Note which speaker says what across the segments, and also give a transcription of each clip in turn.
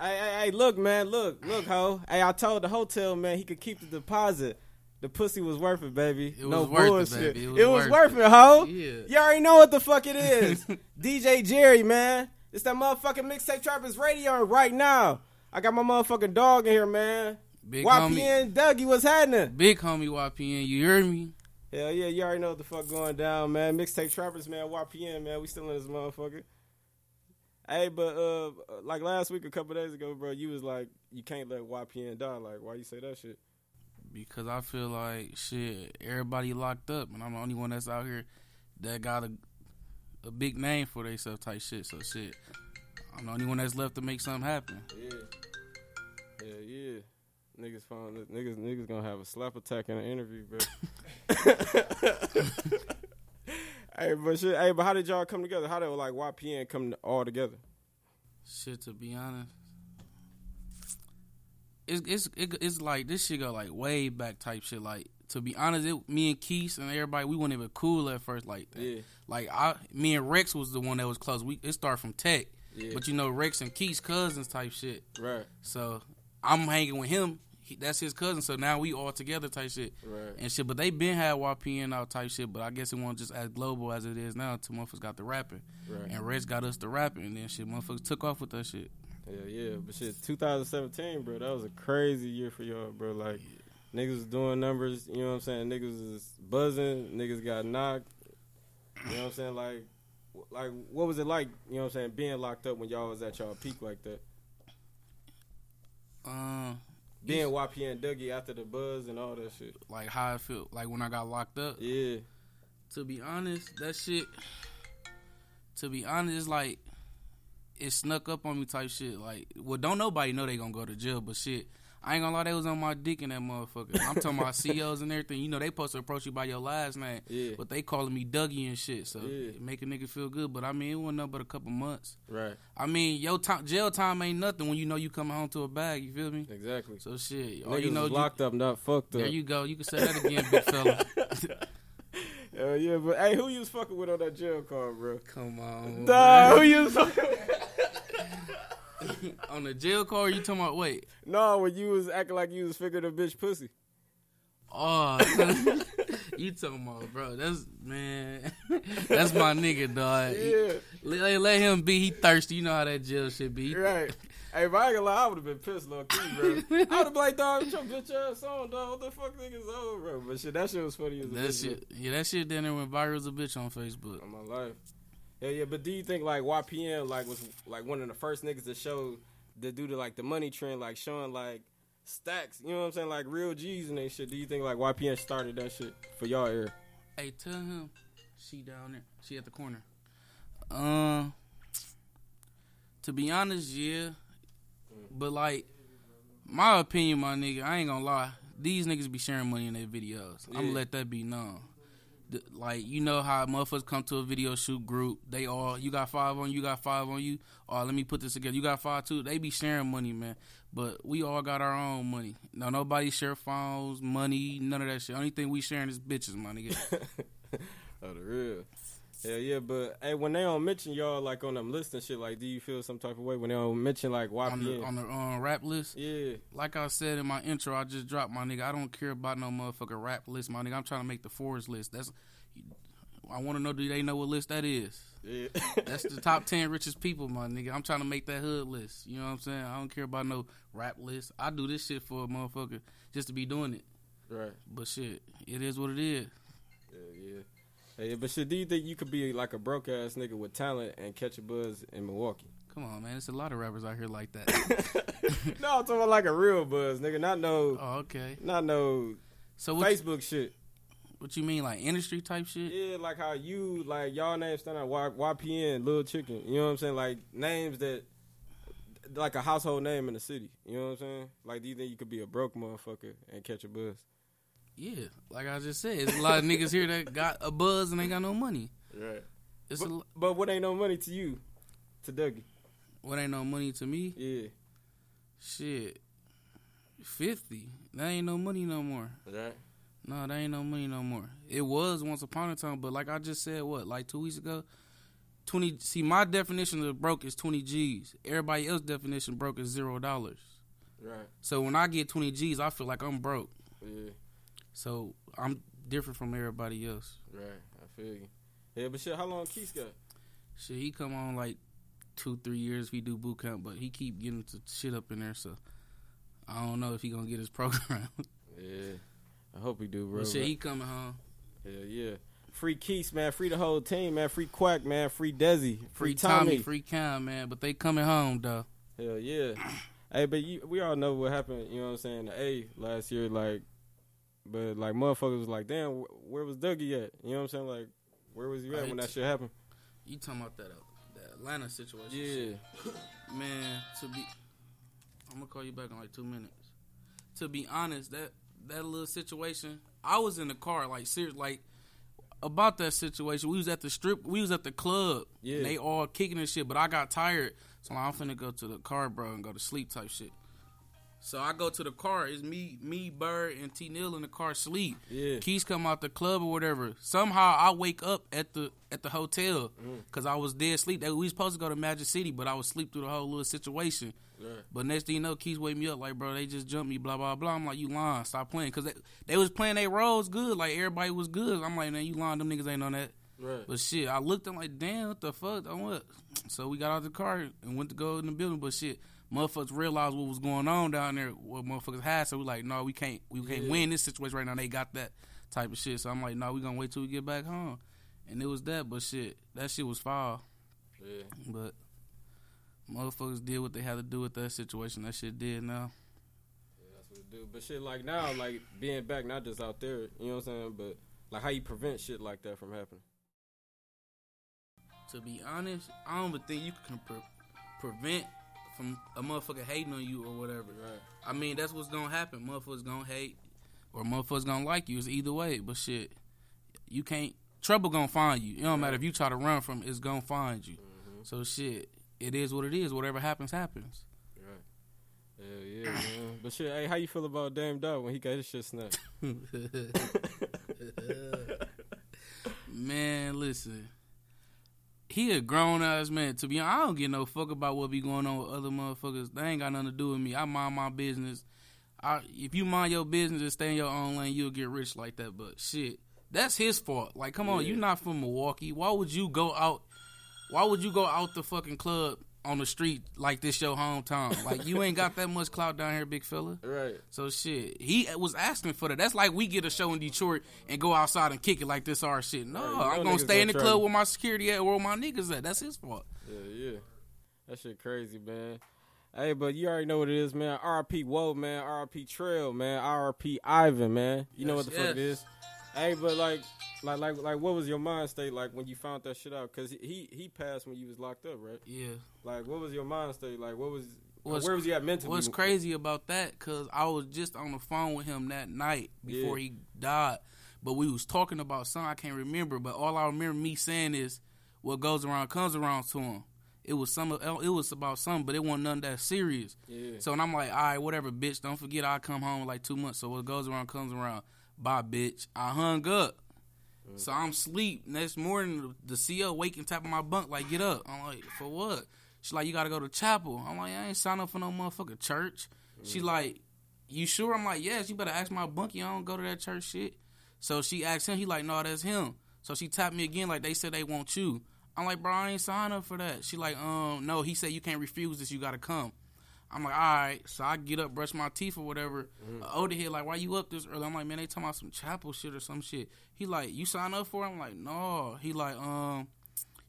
Speaker 1: Hey, look, man, look, look, ho. Hey, I told the hotel man he could keep the deposit. The pussy was worth it, baby.
Speaker 2: It
Speaker 1: no
Speaker 2: was worth it,
Speaker 1: bullshit.
Speaker 2: baby. It was
Speaker 1: It was
Speaker 2: worth
Speaker 1: worth
Speaker 2: it.
Speaker 1: it, ho.
Speaker 2: Yeah.
Speaker 1: You already know what the fuck it is. DJ Jerry, man. It's that motherfucking mixtape trappers radio right now. I got my motherfucking dog in here, man.
Speaker 2: Big homie,
Speaker 1: YPN Dougie, what's happening?
Speaker 2: big homie YPN. You hear me?
Speaker 1: Hell yeah, you already know what the fuck going down, man. Mixtape Trappers, man. YPN, man. We still in this motherfucker. Hey, but uh, like last week, a couple days ago, bro, you was like, you can't let YPN die. Like, why you say that shit?
Speaker 2: Because I feel like shit. Everybody locked up, and I'm the only one that's out here that got a a big name for themselves type shit. So shit, I'm the only one that's left to make something happen.
Speaker 1: Yeah. Yeah, yeah. Niggas found that niggas niggas gonna have a slap attack in an interview, bro. hey, but shit. Hey, but how did y'all come together? How did like YPN come all together?
Speaker 2: Shit, to be honest, it's it's it, it's like this shit go like way back type shit. Like to be honest, it, me and Keith and everybody we weren't even cool at first like that.
Speaker 1: Yeah.
Speaker 2: Like I, me and Rex was the one that was close. We it started from Tech,
Speaker 1: Yeah.
Speaker 2: but you know Rex and Keith's cousins type shit.
Speaker 1: Right,
Speaker 2: So I'm hanging with him. He, that's his cousin. So now we all together type shit
Speaker 1: right.
Speaker 2: and shit. But they been had YPN out type shit. But I guess it wasn't just as global as it is now. Two motherfuckers got the rapping,
Speaker 1: Right.
Speaker 2: and Rex got us the rapping, and then shit, motherfuckers took off with that shit.
Speaker 1: Yeah, yeah, but shit, 2017, bro, that was a crazy year for y'all, bro. Like, niggas was doing numbers, you know what I'm saying? Niggas was buzzing, niggas got knocked, you know what I'm saying? Like, w- like what was it like, you know what I'm saying, being locked up when y'all was at y'all peak like that?
Speaker 2: Uh,
Speaker 1: Being YPN Dougie after the buzz and all that shit.
Speaker 2: like how I feel like when I got locked up.
Speaker 1: Yeah,
Speaker 2: to be honest, that shit. To be honest, it's like it snuck up on me type shit. Like, well, don't nobody know they gonna go to jail, but shit, I ain't gonna lie, they was on my dick in that motherfucker. I'm talking about CEOs and everything. You know, they supposed to approach you by your last name,
Speaker 1: Yeah.
Speaker 2: but they calling me Dougie and shit. So
Speaker 1: Yeah.
Speaker 2: it make a nigga feel good. But I mean, it wasn't nothing but a couple months.
Speaker 1: right,
Speaker 2: I mean, your time, jail time ain't nothing when you know you coming home to a bag. You feel me?
Speaker 1: exactly.
Speaker 2: So shit, all
Speaker 1: niggas
Speaker 2: you know,
Speaker 1: was
Speaker 2: you-
Speaker 1: locked up, not fucked up.
Speaker 2: there you go. You can say that again, big fella.
Speaker 1: Hell yeah, but hey, who you was fucking with on that jail call, bro?
Speaker 2: Come on,
Speaker 1: Nah, who you was fucking with?
Speaker 2: on the jail card. You talking about wait?
Speaker 1: No, when you was acting like you was figuring a bitch pussy.
Speaker 2: Oh, you talking about, bro? That's man. That's my nigga, dog.
Speaker 1: Yeah.
Speaker 2: Let, let him be. He thirsty. You know how that jail shit be.
Speaker 1: Right. Hey, if I ain't gonna lie, I would have been pissed, low key, bro. I would have been like, dog, what your bitch ass on, dog? What the fuck niggas on, bro? But shit, that shit was funny as a
Speaker 2: That
Speaker 1: bitch,
Speaker 2: shit. Yeah, that shit. Then there went viral as a bitch on Facebook.
Speaker 1: bro, on my life. Yeah, yeah. But do you think like YPN like was like one of the first niggas to show the due to like the money trend, like showing like stacks? You know what I'm saying? Like real G's and they shit. Do you think like YPN started that shit for y'all era?
Speaker 2: Hey, tell him she down there. She at the corner. Um, to be honest, yeah, but like my opinion, my nigga, I ain't gonna lie. These niggas be sharing money in their videos. I'm
Speaker 1: Yeah.
Speaker 2: gonna let that be known. Th- Like you know how motherfuckers come to a video shoot group, they all you got five on you, got five on you. Oh, let me put this together. You got five too. They be sharing money, man. But we all got our own money. No, nobody share phones, money, none of that shit. Only thing we sharing is bitches, my nigga.
Speaker 1: Oh, the real. Yeah, yeah, but hey, when they don't mention y'all like on them lists and shit, like, do you feel some type of way when they don't mention like YPN?
Speaker 2: on the on the uh, rap list.
Speaker 1: yeah,
Speaker 2: Like I said in my intro, I just dropped my nigga. I don't care about no motherfucker rap list, my nigga. I'm trying to make the Forbes list. That's I want to know do they know what list that is?
Speaker 1: yeah.
Speaker 2: That's the top ten richest people, my nigga. I'm trying to make that hood list. You know what I'm saying? I don't care about no rap list. I do this shit for a motherfucker just to be doing it.
Speaker 1: right.
Speaker 2: But shit, it is what it is.
Speaker 1: Yeah, yeah. Hey, but shit, do you think you could be like a broke ass nigga with talent and catch a buzz in Milwaukee?
Speaker 2: Come on, man. It's a lot of rappers out here like that.
Speaker 1: no, I'm talking about like a real buzz, nigga. Not no,
Speaker 2: oh, okay.
Speaker 1: not no
Speaker 2: So what?
Speaker 1: Facebook shit.
Speaker 2: What you mean, like industry type shit?
Speaker 1: Yeah, like how you like y'all names stand out. Y- YPN, Lil Chicken. You know what I'm saying? Like names that like a household name in the city. You know what I'm saying? Like, do you think you could be a broke motherfucker and catch a buzz?
Speaker 2: Yeah, like I just said, it's a lot of niggas here that got a buzz and ain't got no money.
Speaker 1: Right.
Speaker 2: It's
Speaker 1: But,
Speaker 2: a,
Speaker 1: but what ain't no money to you, to Dougie?
Speaker 2: what ain't no money to me?
Speaker 1: Yeah.
Speaker 2: Shit, fifty. That ain't no money no more.
Speaker 1: Right.
Speaker 2: No, that ain't no money no more. It was once upon a time, but like I just said, what like two weeks ago, Twenty. See, my definition of broke is twenty G's. Everybody else's definition broke is zero dollars.
Speaker 1: Right.
Speaker 2: So when I get twenty G's, I feel like I'm broke.
Speaker 1: Yeah.
Speaker 2: So I'm different from everybody else.
Speaker 1: Right. I feel you. Yeah, but shit, how long Keith got?
Speaker 2: Shit, he come on like two, three years if he do boot camp, but he keep getting to shit up in there. So I don't know if he gonna get his program.
Speaker 1: Yeah. I hope he do, bro.
Speaker 2: but shit,
Speaker 1: bro.
Speaker 2: he coming home.
Speaker 1: Hell yeah. Free Keith, man. Free the whole team, man. Free Quack, man. Free Desi.
Speaker 2: Free Tommy, free Cam, man. But they coming home though.
Speaker 1: Hell yeah. hey, but you, we all know what happened, you know what I'm saying, to A last year, like, but, like, motherfuckers was like, damn, wh- where was Dougie at? You know what I'm saying? Like, where was you at when that shit happened?
Speaker 2: You talking about that, uh, that Atlanta situation?
Speaker 1: Yeah.
Speaker 2: man. To be, I'm gonna call you back in like two minutes. To be honest, that that little situation, I was in the car, like serious, like about that situation. We was at the strip, we was at the club.
Speaker 1: Yeah.
Speaker 2: and they all kicking and shit, but I got tired, so I'm finna go to the car, bro, and go to sleep type shit. So I go to the car. It's me, me, Bird, and T Neil in the car sleep.
Speaker 1: Yeah.
Speaker 2: Keys come out the club or whatever. Somehow I wake up at the at the hotel because I was dead asleep. They- We was supposed to go to Magic City, but I was asleep through the whole little situation.
Speaker 1: Right.
Speaker 2: But next thing you know, Keys wake me up like, bro, they just jumped me, blah blah blah. I'm like, you lying? Stop playing because they, they was playing their roles good. Like everybody was good. I'm like, man, you lying? Them niggas ain't on that.
Speaker 1: Right.
Speaker 2: But shit, I looked. I'm like, damn, what the fuck? I what? So we got out the car and went to go in the building. But shit, motherfuckers realized what was going on down there. What motherfuckers had. So we like, no, we can't. We can't
Speaker 1: Yeah.
Speaker 2: win this situation right now. They got that type of shit. So I'm like, no, we gonna wait till we get back home. And it was that. But shit, that shit was foul.
Speaker 1: Yeah.
Speaker 2: But motherfuckers did what they had to do with that situation. That shit did now.
Speaker 1: Yeah, that's what it do. But shit, like, now, like, being back, not just out there, you know what I'm saying, but, like, how you prevent shit like that from happening?
Speaker 2: To be honest, I don't even think you can pre- prevent from a motherfucker hating on you or whatever.
Speaker 1: Right.
Speaker 2: I mean, that's what's gonna happen. Motherfuckers gonna hate, or motherfuckers gonna like you. It's either way, but shit, you can't. Trouble gonna find you. It don't matter if you try to run from it, it's gonna find you. So shit, it is what it is. Whatever happens, happens.
Speaker 1: Right. Hell yeah, man. But shit, hey, how you feel about Dame Dog when he got his shit snapped?
Speaker 2: man, listen, he a grown ass man. To be honest, I don't give no fuck about what be going on with other motherfuckers. They ain't got nothing to do with me. I mind my business. I, if you mind your business and stay in your own lane, you'll get rich like that. But shit, that's his fault. Like, come on,
Speaker 1: Yeah.
Speaker 2: you not from Milwaukee. Why would you go out? Why would you go out the fucking club on the street like this your hometown? Like, you ain't got that much clout down here, big fella.
Speaker 1: right.
Speaker 2: So shit, he was asking for that. That's like we get a show in Detroit and go outside and kick it like this our shit. No,
Speaker 1: Right, you know
Speaker 2: I'm gonna
Speaker 1: niggas
Speaker 2: stay in the
Speaker 1: gonna try
Speaker 2: club
Speaker 1: to-
Speaker 2: where my security at, where my niggas at. That's his fault.
Speaker 1: Yeah, yeah. That shit crazy, man. Hey, but you already know what it is, man. RP Woe, man. RP Trail, man. RP Ivan, man. You know
Speaker 2: Yes,
Speaker 1: what the fuck it
Speaker 2: yes.
Speaker 1: is. Hey, but like, like, like, like, what was your mind state like when you found that shit out? Cause he he passed when you was locked up, right?
Speaker 2: Yeah.
Speaker 1: Like, what was your mind state? Like, what was
Speaker 2: What's-
Speaker 1: where was he at mentally?
Speaker 2: What's crazy about that? Cause I was just on the phone with him that night before
Speaker 1: Yeah.
Speaker 2: he died, but we was talking about something I can't remember. But all I remember me saying is, "What goes around comes around." To him, it was some. It was about something, but it wasn't nothing that serious.
Speaker 1: Yeah.
Speaker 2: So and I'm like, all right, whatever, bitch. Don't forget, I come home in like two months. So what goes around comes around. Bye, bitch. I hung up. So I'm sleep. Next morning, the E CEO waking top of my bunk like, get up. I'm like, for what? She's like, you gotta go to chapel. I'm like, I ain't signed up for no motherfucking church. She like, you sure? I'm like, yes. You better ask my bunkie. I don't go to that church shit. So she asked him. He like, no, that's him. So she tapped me again like they said they want you. I'm like, bro, I ain't signed up for that. She like, um, no. He said you can't refuse this. You gotta come. I'm like, all right. So I get up, brush my teeth or whatever. Uh, Older head like, why you up this early? I'm like, man, they talking about some chapel shit or some shit. He like, you sign up for? it? I'm like, no. He like, um,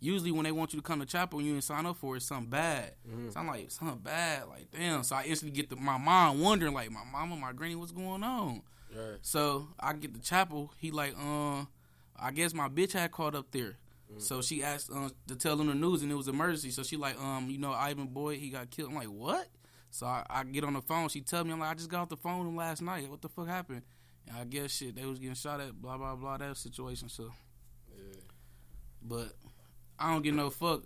Speaker 2: usually when they want you to come to chapel and you didn't sign up for it, it's something bad. So I'm like, something bad. Like, damn. So I instantly get the, my mind wondering, like, my mama, my granny, what's going on?
Speaker 1: Right.
Speaker 2: So I get to chapel. He like, um, I guess my bitch had called up there. So she asked um, to tell them the news, and it was emergency. So she like, um, you know, Ivan Boyd, he got killed. I'm like, what? So I, I get on the phone. She tell me, I'm like, I just got off the phone with him last night. What the fuck happened? And I guess shit, they was getting shot at. Blah blah blah. That situation. So,
Speaker 1: Yeah.
Speaker 2: but I don't get no fuck.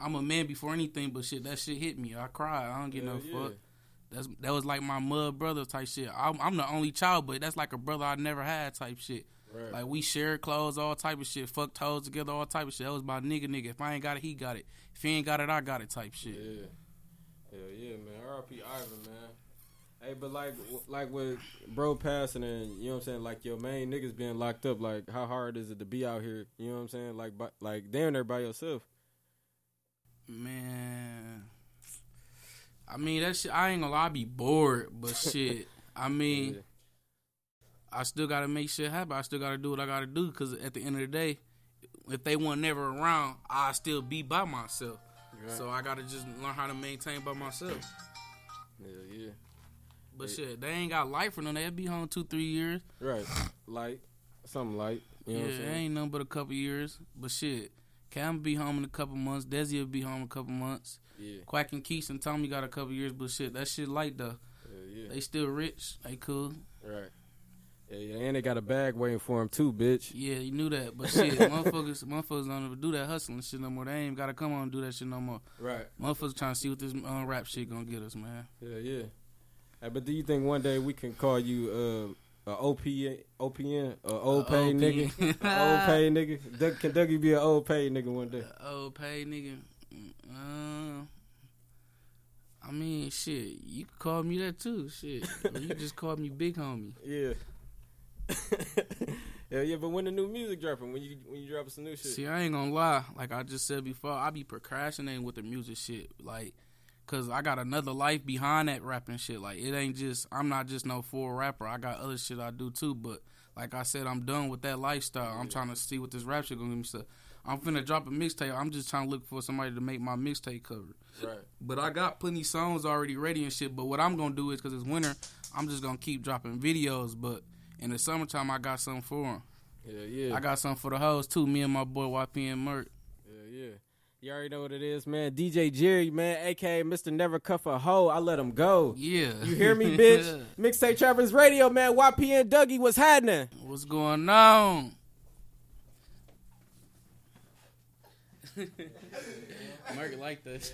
Speaker 2: I'm a man before anything, but shit, that shit hit me. I cried. I don't get
Speaker 1: Hell
Speaker 2: no
Speaker 1: yeah.
Speaker 2: fuck. That's that was like my mud brother type shit. I'm, I'm the only child, but that's like a brother I never had type shit.
Speaker 1: Right.
Speaker 2: Like we shared clothes, all type of shit. Fucked hoes together, all type of shit. That was my nigga, nigga. If I ain't got it, he got it. If he ain't got it, I got it. Type shit.
Speaker 1: Yeah. Hell yeah, man. R.I.P. Ivan, man. Hey, but like, like with bro passing and you know what I'm saying, like your main niggas being locked up. Like, how hard is it to be out here? You know what I'm saying? Like, by, like down there by yourself.
Speaker 2: Man, I mean that shit. I ain't gonna lie, I be bored, but shit. I mean,
Speaker 1: Yeah.
Speaker 2: I still gotta make shit happen. I still gotta do what I gotta do because at the end of the day, if they weren't never around, I still be by myself. So I gotta just learn how to maintain by myself.
Speaker 1: Yeah, yeah.
Speaker 2: But
Speaker 1: Yeah.
Speaker 2: shit, they ain't got life for them. They'll be home two, three years.
Speaker 1: Right. Light. Something light. You know
Speaker 2: yeah,
Speaker 1: what I'm
Speaker 2: it
Speaker 1: saying?
Speaker 2: ain't nothing but a couple years. But shit, Cam be home in a couple months. Desi will be home in a couple months.
Speaker 1: Yeah.
Speaker 2: Quack and Keith and Tommy got a couple years. But shit, that shit light though.
Speaker 1: Hell yeah.
Speaker 2: They still rich. They cool.
Speaker 1: Right. Yeah, yeah, and they got a bag waiting for him too, bitch.
Speaker 2: Yeah, you knew that. But shit, motherfuckers, motherfuckers don't ever do that hustling shit no more. They ain't gotta come on and do that shit no more.
Speaker 1: Right.
Speaker 2: Motherfuckers trying to see what this uh, rap shit gonna get us, man.
Speaker 1: Yeah, yeah. Hey, but do you think one day we can call you uh, a OP, OPN, a old
Speaker 2: A
Speaker 1: pay
Speaker 2: OPN.
Speaker 1: nigga, A old pay nigga? Doug, can Dougie be an old pay nigga one day?
Speaker 2: Oh, pay nigga. Um, I mean, shit, you could call me that too. Shit, you just called me big homie.
Speaker 1: Yeah. yeah, yeah. But when the new music dropping, when you when you dropping some new shit,
Speaker 2: See, I ain't gonna lie. Like I just said before, I be procrastinating with the music shit. Like, cause I got another life behind that rapping shit. Like, it ain't just I'm not just no full rapper. I got other shit I do too. But like I said, I'm done with that lifestyle. I'm trying to see what this rap shit gonna give me. So I'm finna drop a mixtape. I'm just trying to look for somebody to make my mixtape cover.
Speaker 1: right?
Speaker 2: But I got plenty songs already ready and shit. But what I'm gonna do is, cause it's winter, I'm just gonna keep dropping videos. But in the summertime, I got something for 'em.
Speaker 1: Yeah, yeah.
Speaker 2: I got something for the hoes too. Me and my boy YP and Merc.
Speaker 1: Yeah, yeah. You already know what it is, man. DJ Jerry, man, aka Mr. Never Cuff a Hoe. I let him go.
Speaker 2: Yeah.
Speaker 1: You hear me, bitch? Mixtape Trappers Radio, man. YPN Dougie, what's happening?
Speaker 2: What's going on? Merc like this.